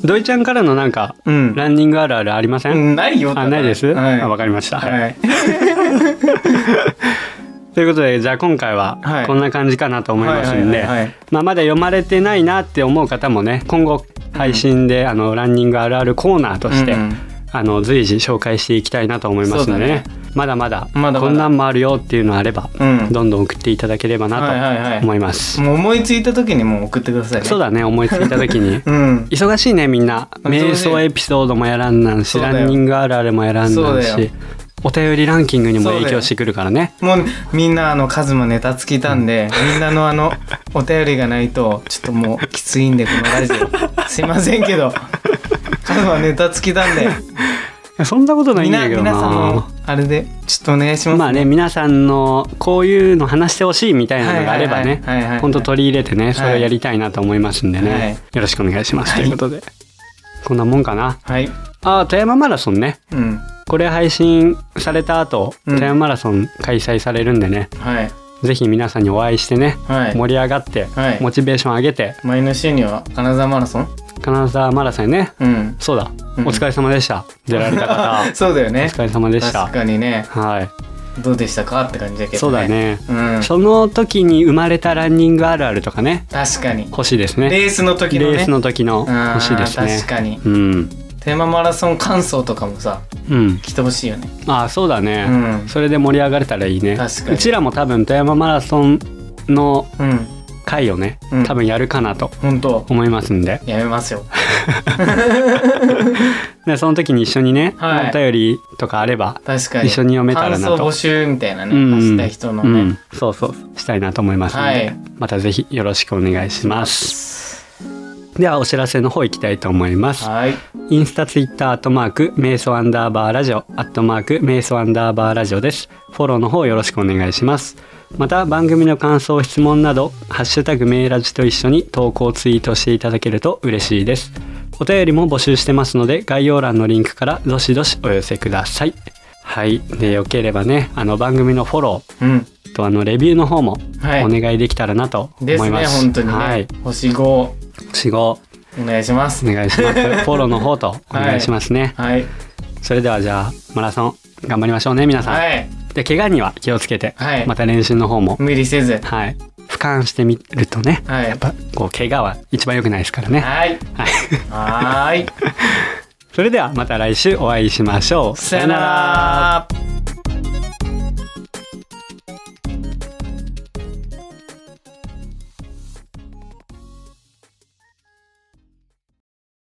B: 土井ちゃんからのなんか
A: うん
B: ランニングあるあるありません、
A: うん。ないよ。
B: あないです、
A: はい。
B: あわかりました、
A: はい。
B: ということでじゃあ今回は
A: はい
B: こんな感じかなと思いますんで
A: はいはいはいはい
B: まあまだ読まれてないなって思う方もね今後配信で、あのランニングあるあるコーナーとして、
A: うんうん
B: あの随時紹介していきたいなと思いますので、ねまだまだ
A: まだまだ
B: こんなんもあるよっていうのあれば、
A: うん
B: どんどん送っていただければ
A: はい
B: な
A: はいは
B: と
A: い
B: 思います、
A: もう思いついた時にもう送ってくださいね
B: そうだね思いついた
A: *laughs*
B: 時に
A: うん
B: 忙しいねみんな
A: 忙しい
B: 瞑想エピソードもやらんな
A: そ
B: んし
A: う
B: ラ
A: だよ
B: ンニングあるあるもやらん
A: そ
B: な
A: うんだよ
B: しお便りランキングにも影響してくるからね
A: もうみんなあのカズマネタつきたんで、みんなのあのお便りがないとちょっともうきついんでこのラジオすいませんけどカズマネタつきたんで
B: いやそんなことない
A: み
B: ん
A: んな
B: だけど
A: 皆さんも
B: な
A: あれでちょっとお願いします、
B: まあね皆さんのこういうの話してほしいみたいなのがあればね
A: はいはいはいはいはい
B: 本当取り入れてねそれをやりたいなと思いますんでね、
A: はい
B: よろしくお願いします、
A: はい
B: ということでこんなもんかな
A: はい
B: あー富山マラソンね
A: うん
B: これ配信された後、
A: うん
B: 富山マラソン開催されるんでね
A: はい
B: ぜひ皆さんにお会いしてね、
A: はい
B: 盛り上がって、
A: はい
B: モチベーション上げて
A: 前の週には金沢マラソン
B: 金沢マラソンね
A: うん
B: そうだ、
A: うん
B: お疲れ様でした出られた方
A: *laughs* そうだよ
B: お
A: ね
B: 疲れ様でした
A: 確かにね
B: はい
A: どうでしたかって感じだけど、ね、
B: そうだね
A: うん
B: その時に生まれたランニングあるあるとかね
A: 確かに
B: 欲しいですね
A: レースの時のね
B: レースの時の
A: うん
B: 欲しいですね
A: 確かに
B: うん
A: テーママラソン感想とかもさ
B: うん
A: 来てほしいよね
B: ああそうだね、
A: うん
B: それで盛り上がれたらいいね
A: 確かに
B: うちらも多分富山マラソンの
A: うん
B: 回をね、
A: うん
B: 多分やるかなと
A: 本当
B: 思いますんで
A: やめますよ
B: でその時に一緒にね、
A: はい
B: お便りとかあれば、
A: 確かに
B: 一緒に読めたらなと
A: 感想募集みたいなね、
B: うん
A: 走った人のね、
B: うん、そうそうしたいなと思いますので、
A: はい
B: またぜひよろしくお願いしますではお知らせの方行きたいと思います
A: はい
B: インスタ、ツイッター、アットマーク、瞑想アンダーバーラジオ、アットマーク、瞑想アンダーバーラジオです。フォローの方よろしくお願いします。また、番組の感想、質問など、ハッシュタグ、メーラジと一緒に投稿、ツイートしていただけると嬉しいです。お便りも募集してますので、概要欄のリンクからどしどしお寄せください。はい。で、よければね、あの、番組のフォロ
A: うん
B: ーと、あの、レビューの方も、
A: はい
B: お願いできたらなと思
A: で
B: い
A: す
B: ま
A: ね
B: す。
A: 本当にね、
B: はい。
A: 星5お
B: 死後、
A: 願いします
B: お願い
A: *laughs*
B: します。フォローの方と、お願いしますね。
A: はい
B: それではじゃあマラソン頑張りましょうね皆さん、
A: はい
B: で怪我には気をつけて、
A: はい
B: また練習の方も
A: 無理せず
B: はい俯瞰してみるとね
A: はいやっぱ
B: こう怪我は一番良くないですからね
A: はい
B: はい
A: はーい
B: *laughs* それではまた来週お会いしましょう
A: さよなら